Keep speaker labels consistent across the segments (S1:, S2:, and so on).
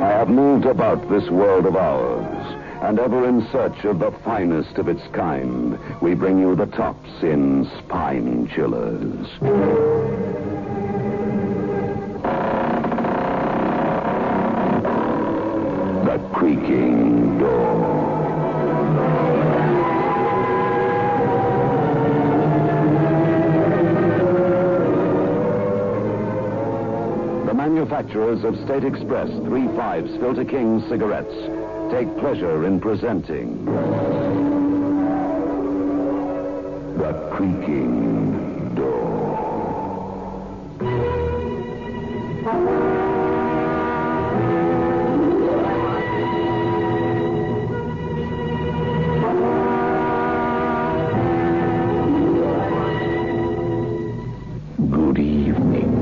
S1: have moved about this world of ours, and ever in search of the finest of its kind, we bring you the tops in spine chillers. The creaking door. The manufacturers of State Express 3-5 Filter King cigarettes take pleasure in presenting the creaking door. Good evening,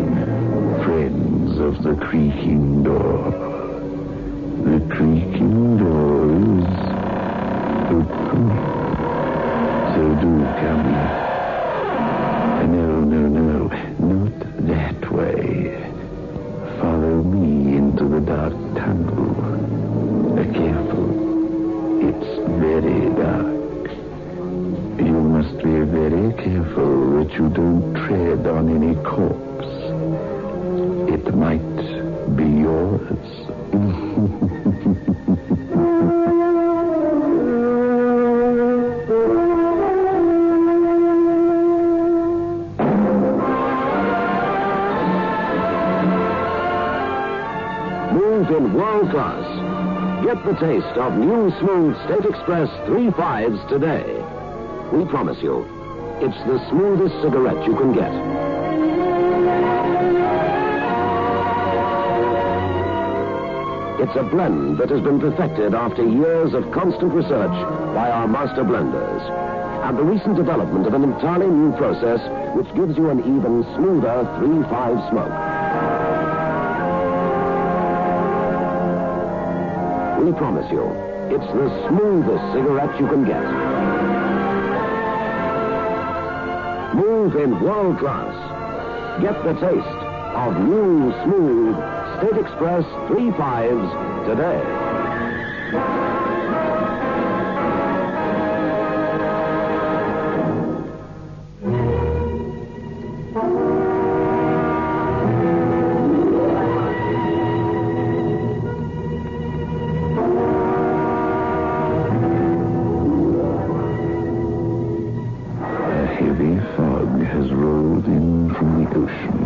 S1: friends of the creaking door. The creaking door is open. So do come. Uh, No, no, no, not that way. Follow me into the dark tunnel. Uh, Careful. It's very dark. You must be very careful that you don't tread on any corpse. It might be yours. Moved in world class. Get the taste of new smooth State Express 3.5s today. We promise you, it's the smoothest cigarette you can get. It's a blend that has been perfected after years of constant research by our master blenders. And the recent development of an entirely new process which gives you an even smoother 3-5 smoke. We promise you, it's the smoothest cigarette you can get. Move in world class. Get the taste of new smooth State Express 3.5s today. A heavy fog has rolled in from the ocean,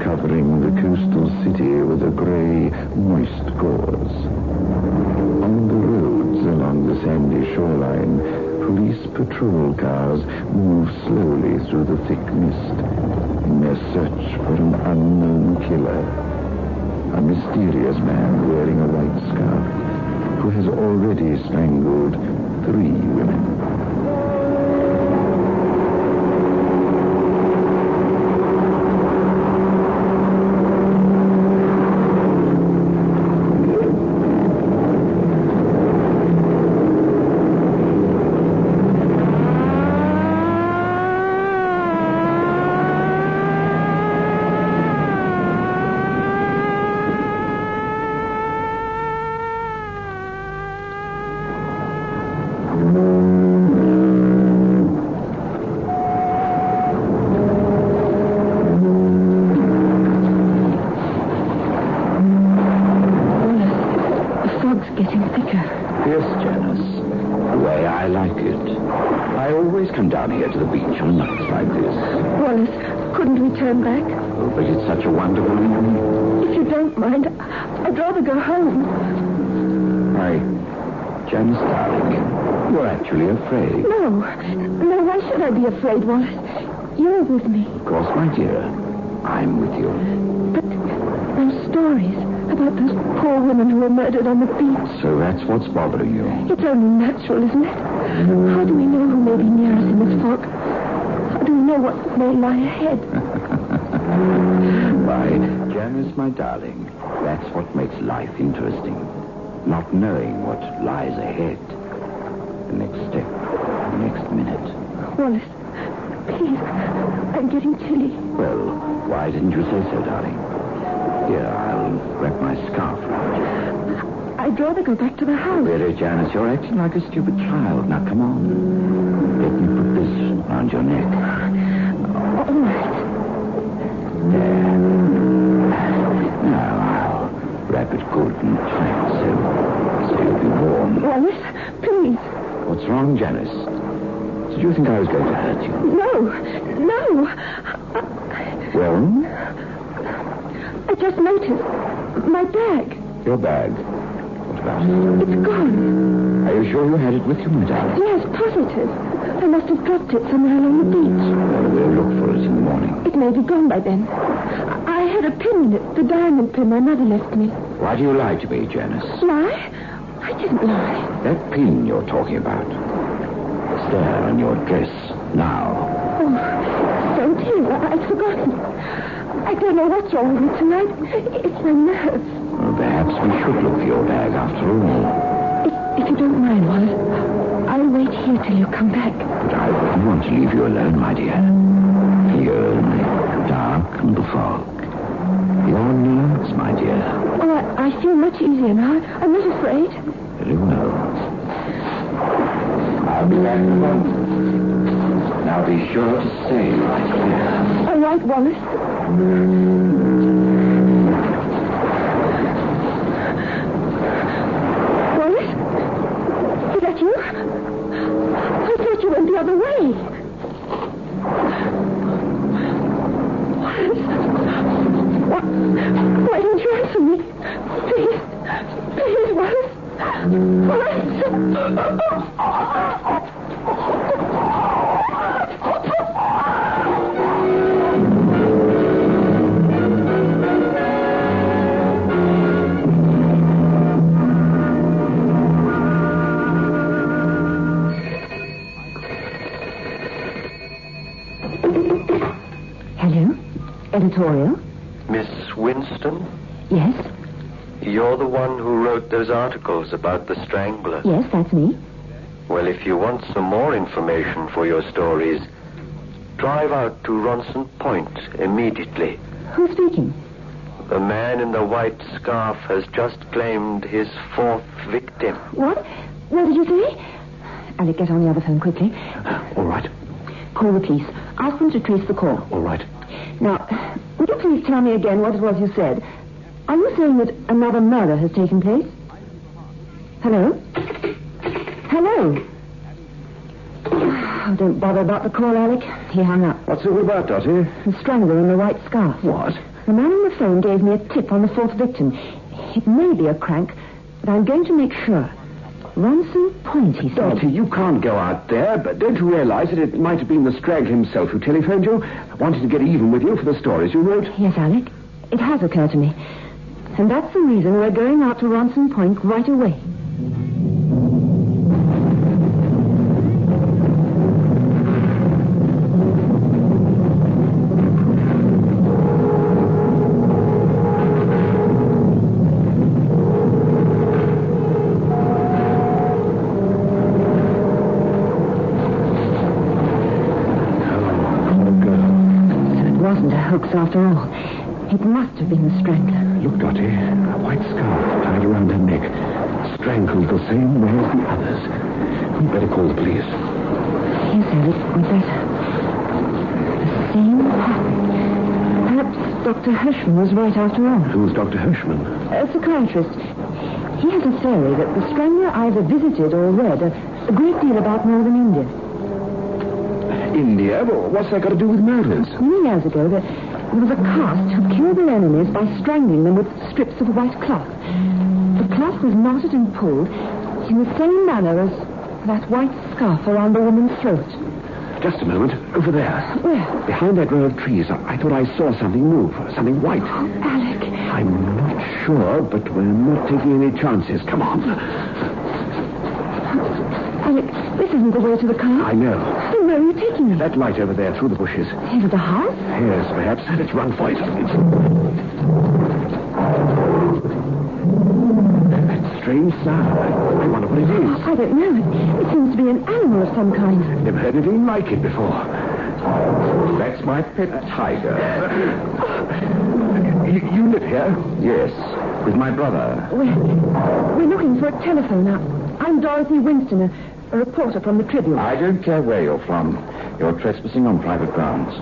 S1: covering the coastal city with a gray, moist gauze. On the roads along the sandy shoreline, police patrol cars move slowly through the thick mist in their search for an unknown killer. A mysterious man wearing a white scarf who has already strangled three women.
S2: The fog's getting thicker.
S1: Yes, Janice. The way I like it. I always come down here to the beach on nights like this.
S2: Wallace, couldn't we turn back?
S1: Oh, but it's such a wonderful evening.
S2: If you don't mind, I'd rather go home.
S1: Why, Janice, darling, you're actually afraid.
S2: No. No, why should I be afraid, Wallace? You're with me.
S1: Of course, my dear, I'm with you.
S2: But those stories about those poor women who were murdered on the beach,
S1: So that's what's bothering you.
S2: it's only natural, isn't it? How do we know who may be near us in this fog? How do we know what may lie ahead?
S1: Why, Janice, my darling, that's what makes life interesting. Not knowing what lies ahead. The next step, the next minute.
S2: Wallace, please, I'm getting chilly.
S1: Well, why didn't you say so, darling? Here, I'll wrap my scarf around you.
S3: I'd rather go back to the house.
S1: Vera Janice, you're acting like a stupid child. Now, come on. Let me put this round your neck.
S3: All right.
S1: Now, I'll wrap it good and tight so, so you'll be warm.
S3: Wallace, please.
S1: What's wrong, Janice? Did you think I was going to hurt you?
S3: No. No. I,
S1: Well,
S3: I just noticed my bag.
S1: your bag. What about it?
S3: It's gone.
S1: Are you sure you had it with you, my darling?
S3: Yes, positive. I must have dropped it somewhere along the beach.
S1: Well, we'll look for it in the morning.
S3: It may be gone by then. I I had a pin, the diamond pin my mother left me.
S1: Why do you lie to me, Janice?
S3: Lie? I didn't lie.
S1: That pin you're talking about. It's there on your dress now.
S3: Oh, don't you? I- I'd forgotten. I don't know what's wrong with me tonight. It's my nerves.
S1: Well, perhaps we should look for your bag after all.
S3: If, if you don't mind, Wallace, I'll wait here till you come back.
S1: But I wouldn't want to leave you alone, my dear. Here in the dark and the fog. Your nerves, my dear.
S3: Oh, I, I feel much easier now. I'm not afraid.
S1: Very well. I'll be back in a moment. Now be sure to stay right here.
S3: All right, Wallace. Wallace? Is that you? I thought you went the other way. Wallace? Why, why don't you answer me? Please. Please, Wallace. Wallace.
S2: Hello? Editorial?
S4: Miss Winston,
S2: Yes,
S4: you're the one who wrote those articles about the Strangler.
S2: yes, that's me.
S4: Well, if you want some more information for your stories, drive out to Ronson Point immediately.
S2: Who's speaking?
S4: The man in the white scarf has just claimed his fourth victim.
S2: What? What did you say? Alec, get on the other phone quickly.
S1: All right,
S2: Call the police. Ask them to trace the call.
S1: all right.
S2: Now, would you please tell me again what it was you said? Are you saying that another murder has taken place? Hello? Hello? Oh, don't bother about the call, Alec. He hung up.
S1: What's it all about, Dottie?
S2: The strangler in the white scarf.
S1: What?
S2: The man on the phone gave me a tip on the fourth victim. It may be a crank, but I'm going to make sure. Ronson Point, he said.
S1: Dorothy, you can't go out there, but don't you realize that it might have been the strag himself who telephoned you? Wanted to get even with you for the stories you wrote.
S2: Yes, Alec. It has occurred to me. And that's the reason we're going out to Ronson Point right away.
S1: Oh,
S2: So it wasn't a hoax after all. It must have been the strangler.
S1: Look, Dottie, a white scarf tied around her neck, strangled the same way as the others. We'd better call the police.
S2: Yes, Alec, we'd better. The same pattern. Perhaps Dr. Hershman was right after all.
S1: Who's Dr. Hirschman?
S2: A psychiatrist. He has a theory that the strangler either visited or read a, a great deal about northern India.
S1: India? Well, what's that got to do with murders?
S2: Many years ago, there, there was a caste who killed their enemies by strangling them with strips of white cloth. The cloth was knotted and pulled in the same manner as that white scarf around the woman's throat.
S1: Just a moment. Over there.
S2: Where?
S1: Behind that row of trees, I, I thought I saw something move, something white.
S2: Oh, Alec.
S1: I'm not sure, but we're not taking any chances. Come on.
S2: Alec, this isn't the way to the car.
S1: I know.
S2: Then where are you taking me?
S1: That light over there through the bushes.
S2: Into the house?
S1: Yes, perhaps. Let's run for it. That strange sound. I wonder what it is.
S2: I don't know. It, it seems to be an animal of some kind.
S1: Never heard anything like it before. That's my pet tiger. you, you live here? Yes. With my brother.
S2: We're, we're looking for a telephone. I, I'm Dorothy Winston, a, a reporter from the Tribune.
S1: I don't care where you're from. You're trespassing on private grounds.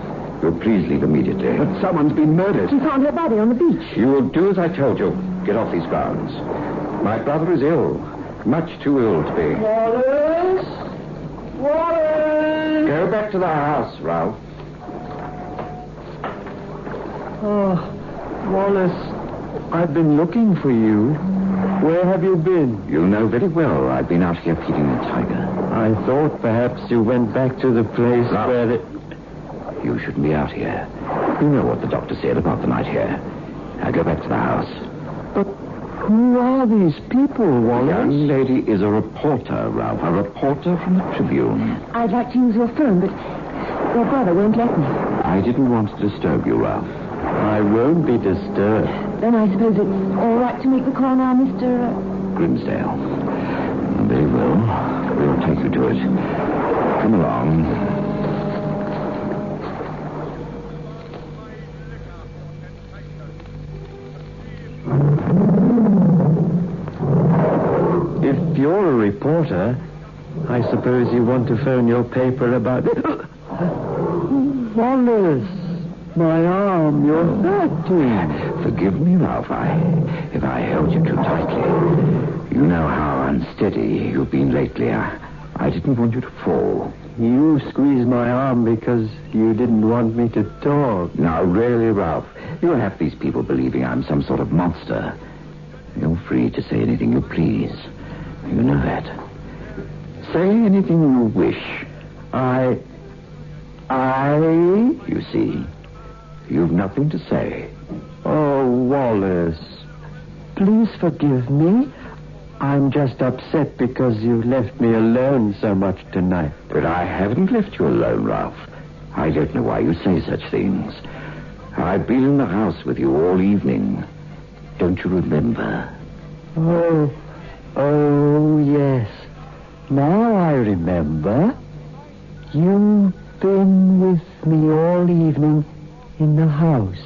S1: You'll please leave immediately. But someone's been murdered.
S2: She found her body on the beach.
S1: You will do as I told you. Get off these grounds. My brother is ill. Much too ill to be.
S5: Waters? Waters?
S6: Mm-hmm.
S1: Go back to the house, Ralph.
S6: Oh, Wallace, I've been looking for you. Where have you been?
S1: You know very well I've been out here feeding the tiger.
S6: I thought perhaps you went back to the place
S1: Ralph.
S6: where the...
S1: You shouldn't be out here. You know what the doctor said about the night here. Now go back to the house.
S6: But who are these people,
S1: The
S6: Wallace?
S1: young lady is a reporter, Ralph. A reporter from the Tribune.
S2: I'd like to use your phone, but your brother won't let me.
S1: I didn't want to disturb you, Ralph.
S6: I won't be disturbed.
S2: Then I suppose it's all right to make the call now, uh, Mr.
S1: Grimsdale. Very well. We'll take you to it. Come along.
S6: If you're a reporter, I suppose you want to phone your paper about... Wallace, my arm, you're hurting.
S1: Forgive me, Ralph, I, if I held you too tightly. You know how unsteady you've been lately. I, I didn't want you to fall.
S6: You squeezed my arm because you didn't want me to talk.
S1: Now, really, Ralph, you have these people believing I'm some sort of monster. You're free to say anything you please. You know that. Say anything you wish.
S6: I...
S1: I? You see, you've nothing to say.
S6: Oh, Wallace, please forgive me. I'm just upset because you left me alone so much tonight.
S1: But I haven't left you alone, Ralph. I don't know why you say such things. I've been in the house with you all evening. Don't you remember?
S6: Oh, oh, yes. Now I remember. You've been with me all evening in the house.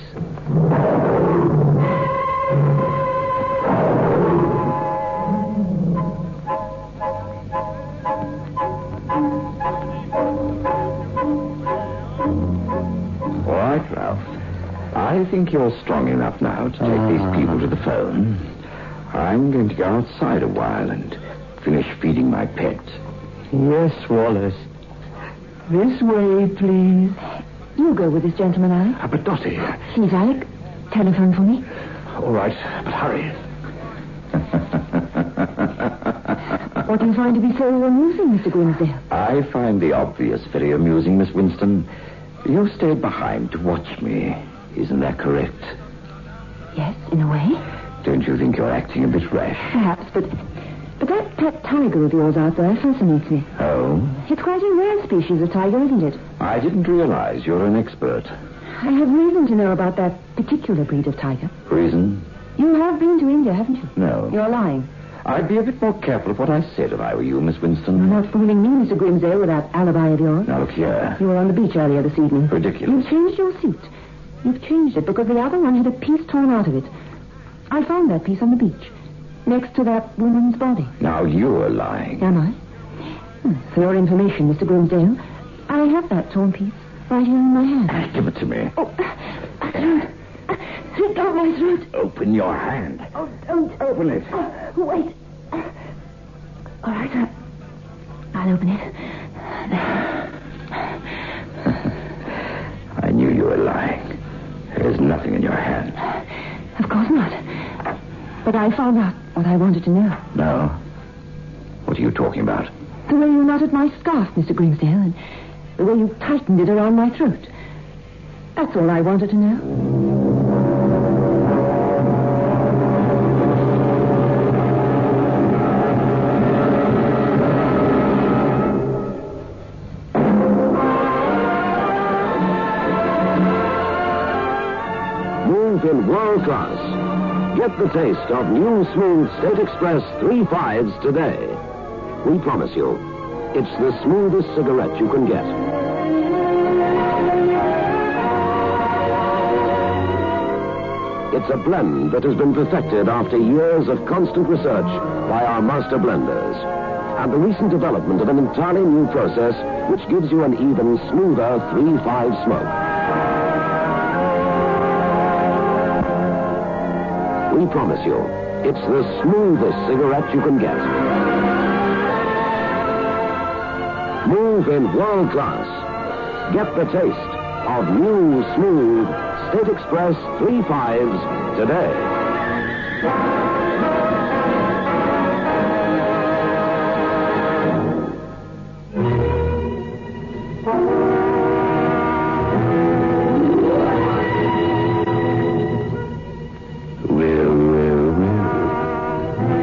S1: All right, Ralph. I think you're strong enough now to take
S6: Ah.
S1: these people to the phone. I'm going to go outside a while and finish feeding my pet.
S6: Yes, Wallace. This way, please.
S2: You go with this gentleman, Alec.
S1: Ah, But Dottie,
S2: Please, Alec, telephone for me.
S1: all right, but hurry.
S2: What do you find to be so amusing, Mr. Grimsdale?
S1: I find the obvious very amusing, Miss Winston. You stayed behind to watch me. Isn't that correct?
S2: Yes, in a way.
S1: Don't you think you're acting a bit rash?
S2: Perhaps, but but that pet tiger of yours out there fascinates me.
S1: Oh?
S2: It's quite a rare species of tiger, isn't it?
S1: I didn't realize you're an expert.
S2: I have reason to know about that particular breed of tiger.
S1: Reason?
S2: You have been to India, haven't you?
S1: No.
S2: You're lying.
S1: I'd be a bit more careful of what I said if I were you, Miss Winston.
S2: You're not fooling me, Mr. Grimsdale, with that alibi of yours.
S1: Now look here.
S2: You were on the beach earlier this evening.
S1: Ridiculous.
S2: You've changed your suit. You've changed it because the other one had a piece torn out of it. I found that piece on the beach, next to that woman's body.
S1: Now you are lying.
S2: Am I? Hmm, For your information, Mr. Grimsdale, I have that torn piece right here in my hand.
S1: Ah, Give it to me.
S2: Oh, I can't. It got my throat.
S1: Open your hand.
S2: Oh, don't
S1: Open it.
S2: Oh, wait. All right, I- I'll open it.
S1: I knew you were lying. There's nothing in your hand.
S2: Of course not. But I found out what I wanted to know.
S1: No. What are you talking about?
S2: The way you knotted my scarf, Mr. Grimsdale, and the way you tightened it around my throat. That's all I wanted to know.
S1: Move in world class. Get the taste of new smooth State Express three fives today. We promise you, it's the smoothest cigarette you can get. It It's a blend that has been perfected after years of constant research by our master blenders. And the recent development of an entirely new process which gives you an even smoother 3-5 smoke. We promise you, it's the smoothest cigarette you can get. Move in world class. Get the taste of new smooth State Express 3 5s today.
S7: Well, well, well.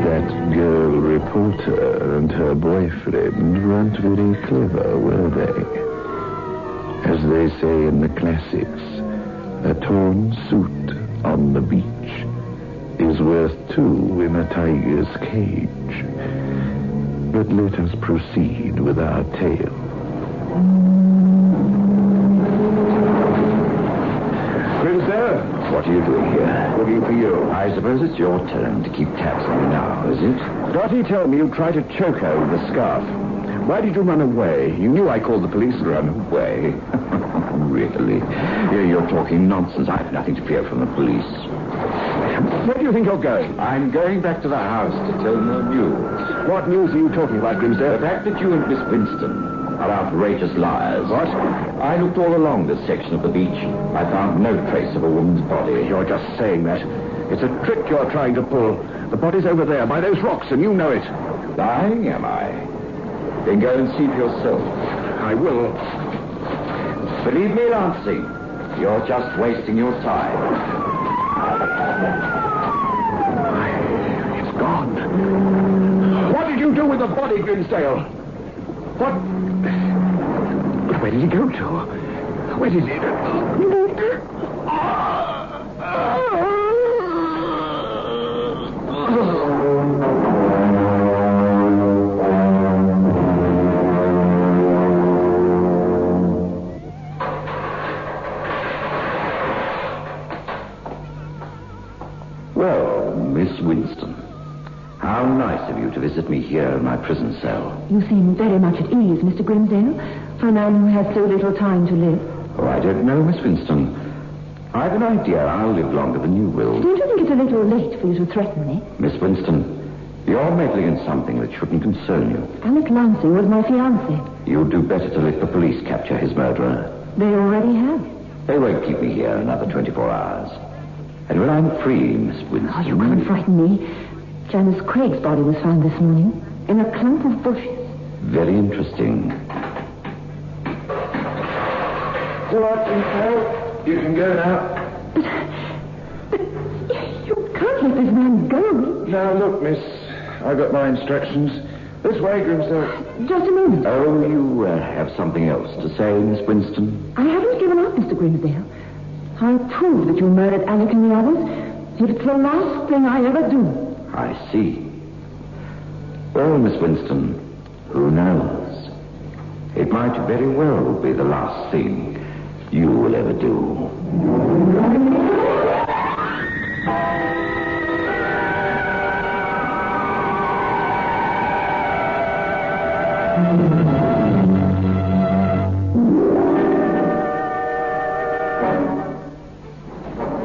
S7: That girl reporter and her boyfriend weren't very clever, were they? As they say in the classics, a torn suit on the beach is worth two in a tiger's cage. But let us proceed with our tale.
S1: Pretty sir. What are you doing here? Looking for you. I suppose it's your turn to keep tabs on me now, is it? Dottie told me you tried to choke her with the scarf. Why did you run away? You knew I called the police and run away. really? You're- You're talking nonsense. I have nothing to fear from the police. Where do you think you're going? I'm going back to the house to tell them the news. What news are you talking about, Grimsdale? The fact that you and Miss Winston are outrageous liars. What? I looked all along this section of the beach. I found no trace of a woman's body. You're just saying that. It's a trick you're trying to pull. The body's over there by those rocks, and you know it. Lying, am I? Then go and see for yourself. I will. Believe me, Lancing, you're just wasting your time. It's gone. What did you do with the body, Grimsdale? What? But where did it go to? Where did it? Well, Miss Winston, how nice of you to visit me here in my prison cell.
S2: You seem very much at ease, Mr. Grimsdale, for a man who has so little time to live.
S1: Oh, I don't know, Miss Winston. I've an idea I'll live longer than you will.
S2: Don't you think it's a little late for you to threaten me?
S1: Miss Winston, you're meddling in something that shouldn't concern you.
S2: Alec Lancey was my fiancé.
S1: You'd do better to let the police capture his murderer.
S2: They already have.
S1: They won't keep me here another 24 hours. And when I'm free, Miss Winston...
S2: Oh, you can't frighten me. Janice Craig's body was found this morning in a clump of bushes.
S1: Very interesting.
S7: You can go now.
S2: You can't let this man go.
S7: Now, look, miss, I got my instructions. This way, Grimsdale.
S2: Just a moment.
S1: Oh, you uh, have something else to say, Miss Winston?
S2: I haven't given up, Mr. Grimsdale. I prove that you murdered Alec and the others. If it's the last thing I ever do.
S1: I see. Well, Miss Winston, who knows? It might very well be the last thing you will ever do.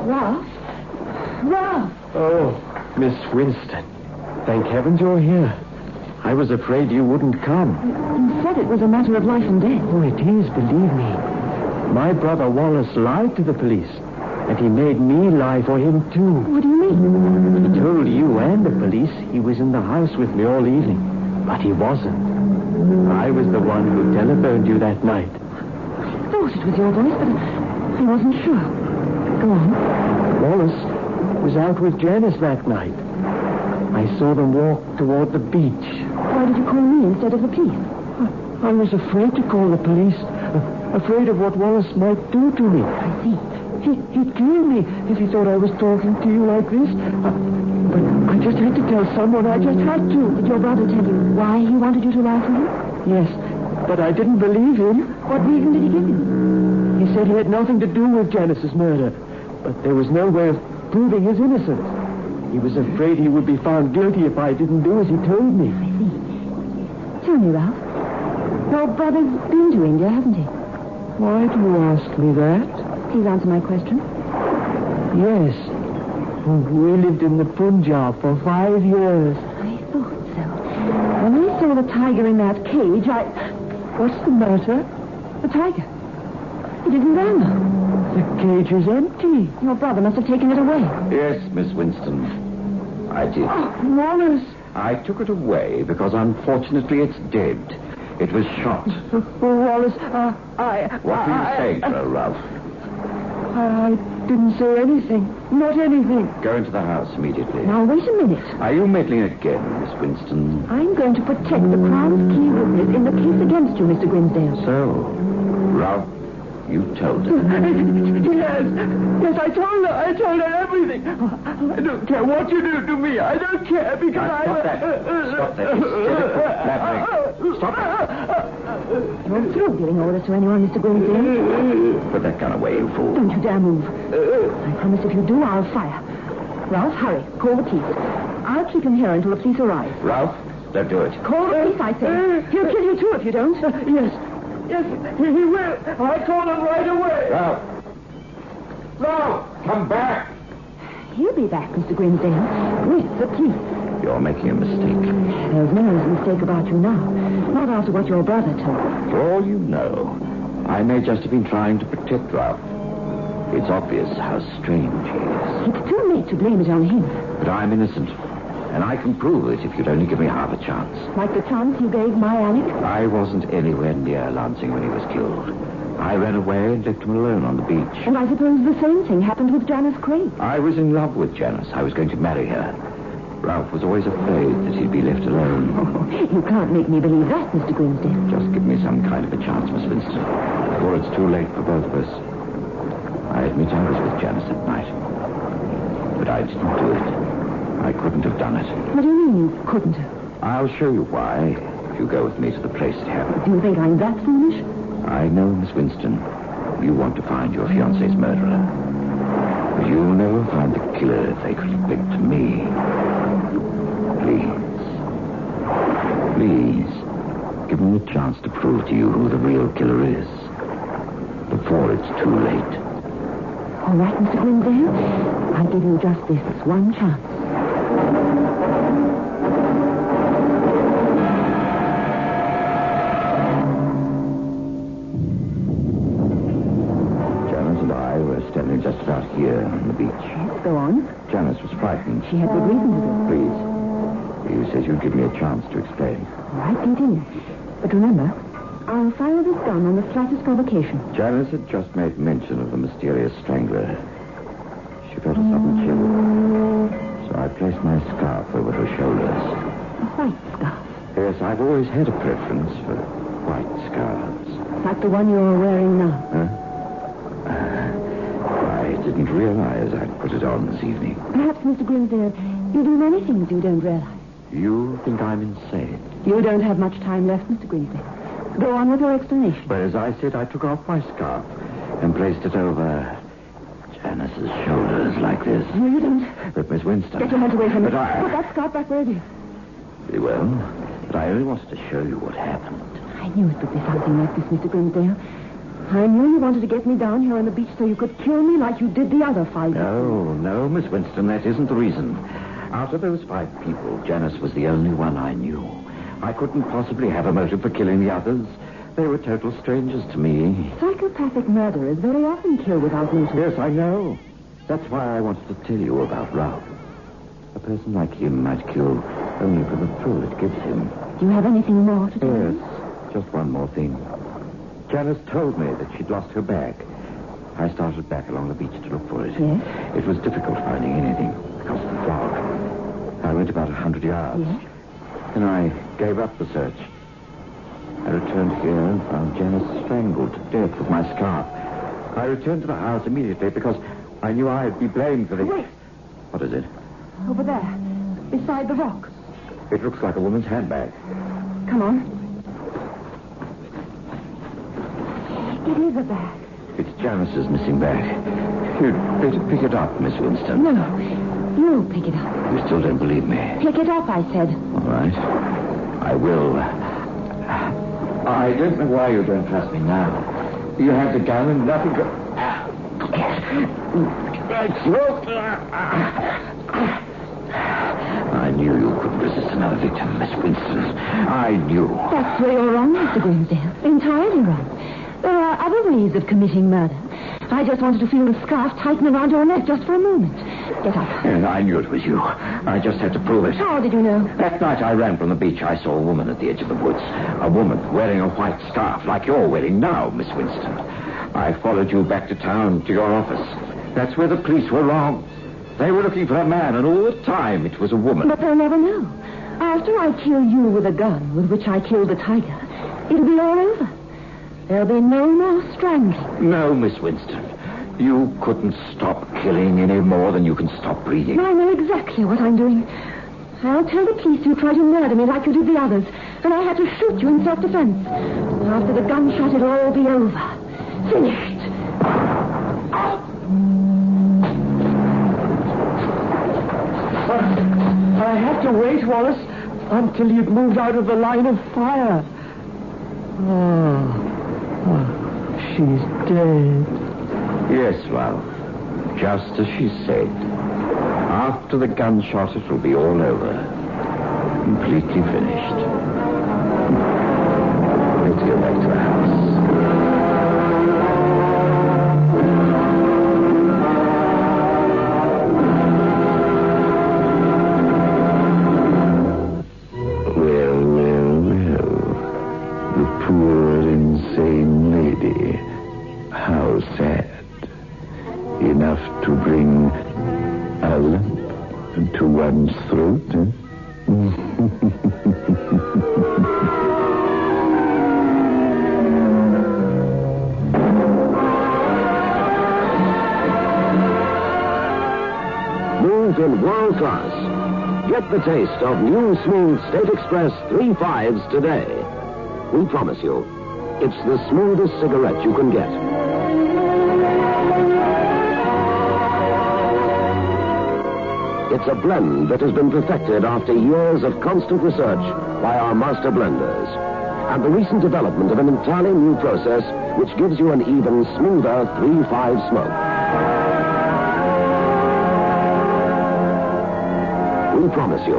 S2: Ralph? Ralph!
S8: Oh, Miss Winston. Thank heavens you're here. I was afraid you wouldn't come.
S2: You said it was a matter of life and death.
S8: Oh, it is, believe me. My brother Wallace lied to the police, and he made me lie for him, too.
S2: What do you mean?
S8: He told you and the police he was in the house with me all evening, but he wasn't. I was the one who telephoned you that night.
S2: I thought it was your voice, but I wasn't sure. Go on.
S8: Wallace was out with Janice that night. I saw them walk toward the beach.
S2: Why did you call me instead of the police?
S8: I was afraid to call the police, uh, afraid of what Wallace might do to me.
S2: I see.
S8: He, he'd kill me if he thought I was talking to you like this. Uh, but I just had to tell someone. I just had to.
S2: Did your brother tell you why he wanted you to lie for him?
S8: Yes, but I didn't believe him.
S2: What reason did he give you?
S8: He said he had nothing to do with Janice's murder, but there was no way of proving his innocence. He was afraid he would be found guilty if I didn't do as he told me.
S2: Tell me, Ralph. Your brother's been to India, hasn't he?
S8: Why do you ask me that?
S2: Please answer my question.
S8: Yes. We lived in the Punjab for five years.
S2: I thought so. When I saw the tiger in that cage, I.
S8: What's the matter?
S2: The tiger. It isn't there now.
S8: The cage is empty.
S2: Your brother must have taken it away.
S1: Yes, Miss Winston. I did.
S2: Oh, Wallace.
S1: I took it away because unfortunately it's dead. It was shot.
S8: Oh, Wallace, uh, I.
S1: What were you saying, Sir Ralph?
S8: I, I didn't say anything. Not anything.
S1: Go into the house immediately.
S2: Now, wait a minute.
S1: Are you meddling again, Miss Winston?
S2: I'm going to protect the Crown's key witness in the case against you, Mr. Grimsdale.
S1: So, Ralph, you told her.
S8: Yes. Yes, I told her. I told her everything. I don't care what you do to me. I don't care because
S1: Now,
S8: I...
S1: stop that. Stop that. hysterical blabbering. Stop that.
S2: You're through giving orders to anyone, Mr.
S8: Mm.
S2: Grimsdale.
S1: Put that gun away, you fool.
S2: Don't you dare move. I promise if you do, I'll fire. Ralph, hurry. Call the police. I'll keep him here until the police arrive.
S1: Ralph, don't do it.
S2: Call the police, I say. He'll kill you too if you don't. yes.
S8: Uh, Yes, he he will. I told him right away.
S1: Ralph. Ralph, come back.
S2: He'll be back, Mr. Grimsdale, with the police.
S1: You're making a mistake.
S2: There's no mistake about you now. Not after what your brother told.
S1: For all you know, I may just have been trying to protect Ralph. It's obvious how strange he is.
S2: It's too late to blame it on him.
S1: But I'm innocent. And I can prove it if you'd only give me half a chance.
S2: Like the chance you gave my Alec.
S1: I wasn't anywhere near Lansing when he was killed. I ran away and left him alone on the beach.
S2: And I suppose the same thing happened with Janice Craig.
S1: I was in love with Janice. I was going to marry her. Ralph was always afraid that he'd be left alone.
S2: You can't make me believe that, Mr. Grimsdale.
S1: Just give me some kind of a chance, Miss Winston, before it's too late for both of us. I admit I was with Janice that night. But I didn't do it. I couldn't have done it.
S2: What do you mean you couldn't have?
S1: I'll show you why if you go with me to the place it happened.
S2: Do you think I'm that foolish?
S1: I know, Miss Winston, you want to find your fiancé's murderer. But you'll never find the killer if they could have picked me. Please. Please, give me a chance to prove to you who the real killer is. Before it's too late.
S2: All right, Mr. Grimsdale. I give you just this one chance.
S1: Janice and I were standing just about here on the beach.
S2: Go on.
S1: Janice was frightened.
S2: She had good reason to be.
S1: Please. You said you'd give me a chance to explain.
S2: All right, continue. But remember, I'll fire this gun on the slightest provocation.
S1: Janice had just made mention of the mysterious strangler. She felt a sudden chill. So I placed my scarf over her shoulders.
S2: A white scarf,
S1: Yes, I've always had a preference for white scarves.
S2: like the one you're wearing now.
S1: I didn't realize I'd put it on this evening.
S2: Perhaps, Mr. Grimsdale, you do many things you don't realize.
S1: You think I'm insane.
S2: You don't have much time left, Mr. Grimsdale. Go on with your explanation.
S1: But as I said, I took off my scarf and placed it over Janice's shoulders like this.
S2: No, you don't.
S1: But Miss Winston.
S2: Get your hands away from me.
S1: But I-
S2: Put that scarf back where it is.
S1: Very well. But I only wanted to show you what happened.
S2: I knew it would be something like this, Mr. Grimsdale. I knew you wanted to get me down here on the beach so you could kill me like you did the other five.
S1: No, no, Miss Winston, that isn't the reason. Out of those five people, Janice was the only one I knew. I couldn't possibly have a motive for killing the others. They were total strangers to me.
S2: Psychopathic murderers very often kill without motive.
S1: Yes, I know. That's why I wanted to tell you about Ralph. A person like him might kill only for the thrill it gives him.
S2: Do you have anything more to tell
S1: Yes,
S2: me?
S1: just one more thing. Janice told me that she'd lost her bag. I started back along the beach to look for it.
S2: Yes?
S1: It was difficult finding anything because of the fog. I went about a hundred yards.
S2: Yes?
S1: Then I gave up the search. I returned here and found Janice strangled to death with my scarf. I returned to the house immediately because I knew I'd be blamed for this.
S2: Wait.
S1: What is it?
S2: Over there, beside the rock.
S1: It looks like a woman's handbag.
S2: Come on. It is a bag.
S1: It's Janice's missing bag. You'd better pick it up, Miss Winston.
S2: No, you'll pick it up.
S1: You still don't believe me.
S2: Pick it up, I said.
S1: All right. I will. I don't know why you don't trust me now. You have the gun and nothing. Go- My throat. I knew you couldn't resist another victim, Miss Winston. I knew.
S2: That's where you're wrong, Mr. Grimsdale. Entirely wrong. There are other ways of committing murder. I just wanted to feel the scarf tighten around your neck just for a moment. Get up.
S1: And I knew it was you. I just had to prove it.
S2: How did you know?
S1: That night I ran from the beach, I saw a woman at the edge of the woods. A woman wearing a white scarf, like you're wearing now, Miss Winston. I followed you back to town, to your office. That's where the police were wrong. They were looking for a man, and all the time it was a woman.
S2: But they'll never know. After I kill you with a gun with which I killed the tiger, it'll be all over. There'll be no more strangling.
S1: No, Miss Winston. You couldn't stop killing any more than you can stop breathing.
S2: I know exactly what I'm doing. I'll tell the police you tried to murder me like you did the others, and I had to shoot you in self-defense. After the gunshot, it'll all be over. Finished.
S8: I had to wait, Wallace, until you'd moved out of the line of fire. Oh, oh, she's dead.
S1: Yes, Val. Just as she said. After the gunshot, it will be all over. Completely finished. Let's go back to the house.
S7: Well, well, well. The poor insane lady. How sad. Enough to bring a lump to one's throat. eh?
S1: Move in world class. Get the taste of new smooth State Express three fives today. We promise you, it's the smoothest cigarette you can get. It's a blend that has been perfected after years of constant research by our master blenders. And the recent development of an entirely new process which gives you an even smoother 3-5 smoke. We promise you,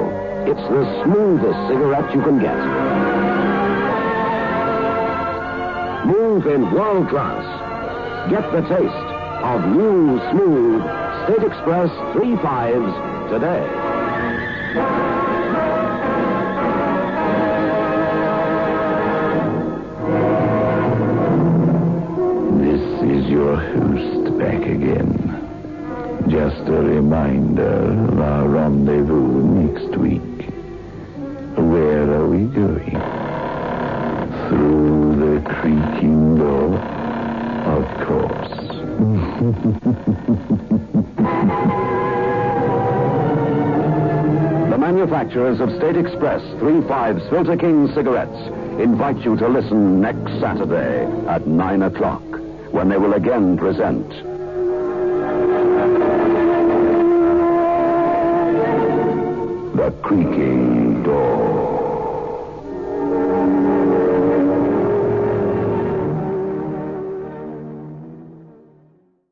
S1: it's the smoothest cigarette you can get. Move in world class. Get the taste of new, smooth State Express 3 5s today.
S7: This is your host back again. Just a reminder of our rendezvous next week. Where are we going? Through the creaking door? Of course.
S1: The manufacturers of State Express 3 5s Filter King cigarettes invite you to listen next Saturday at 9 o'clock when they will again present.
S7: The creaking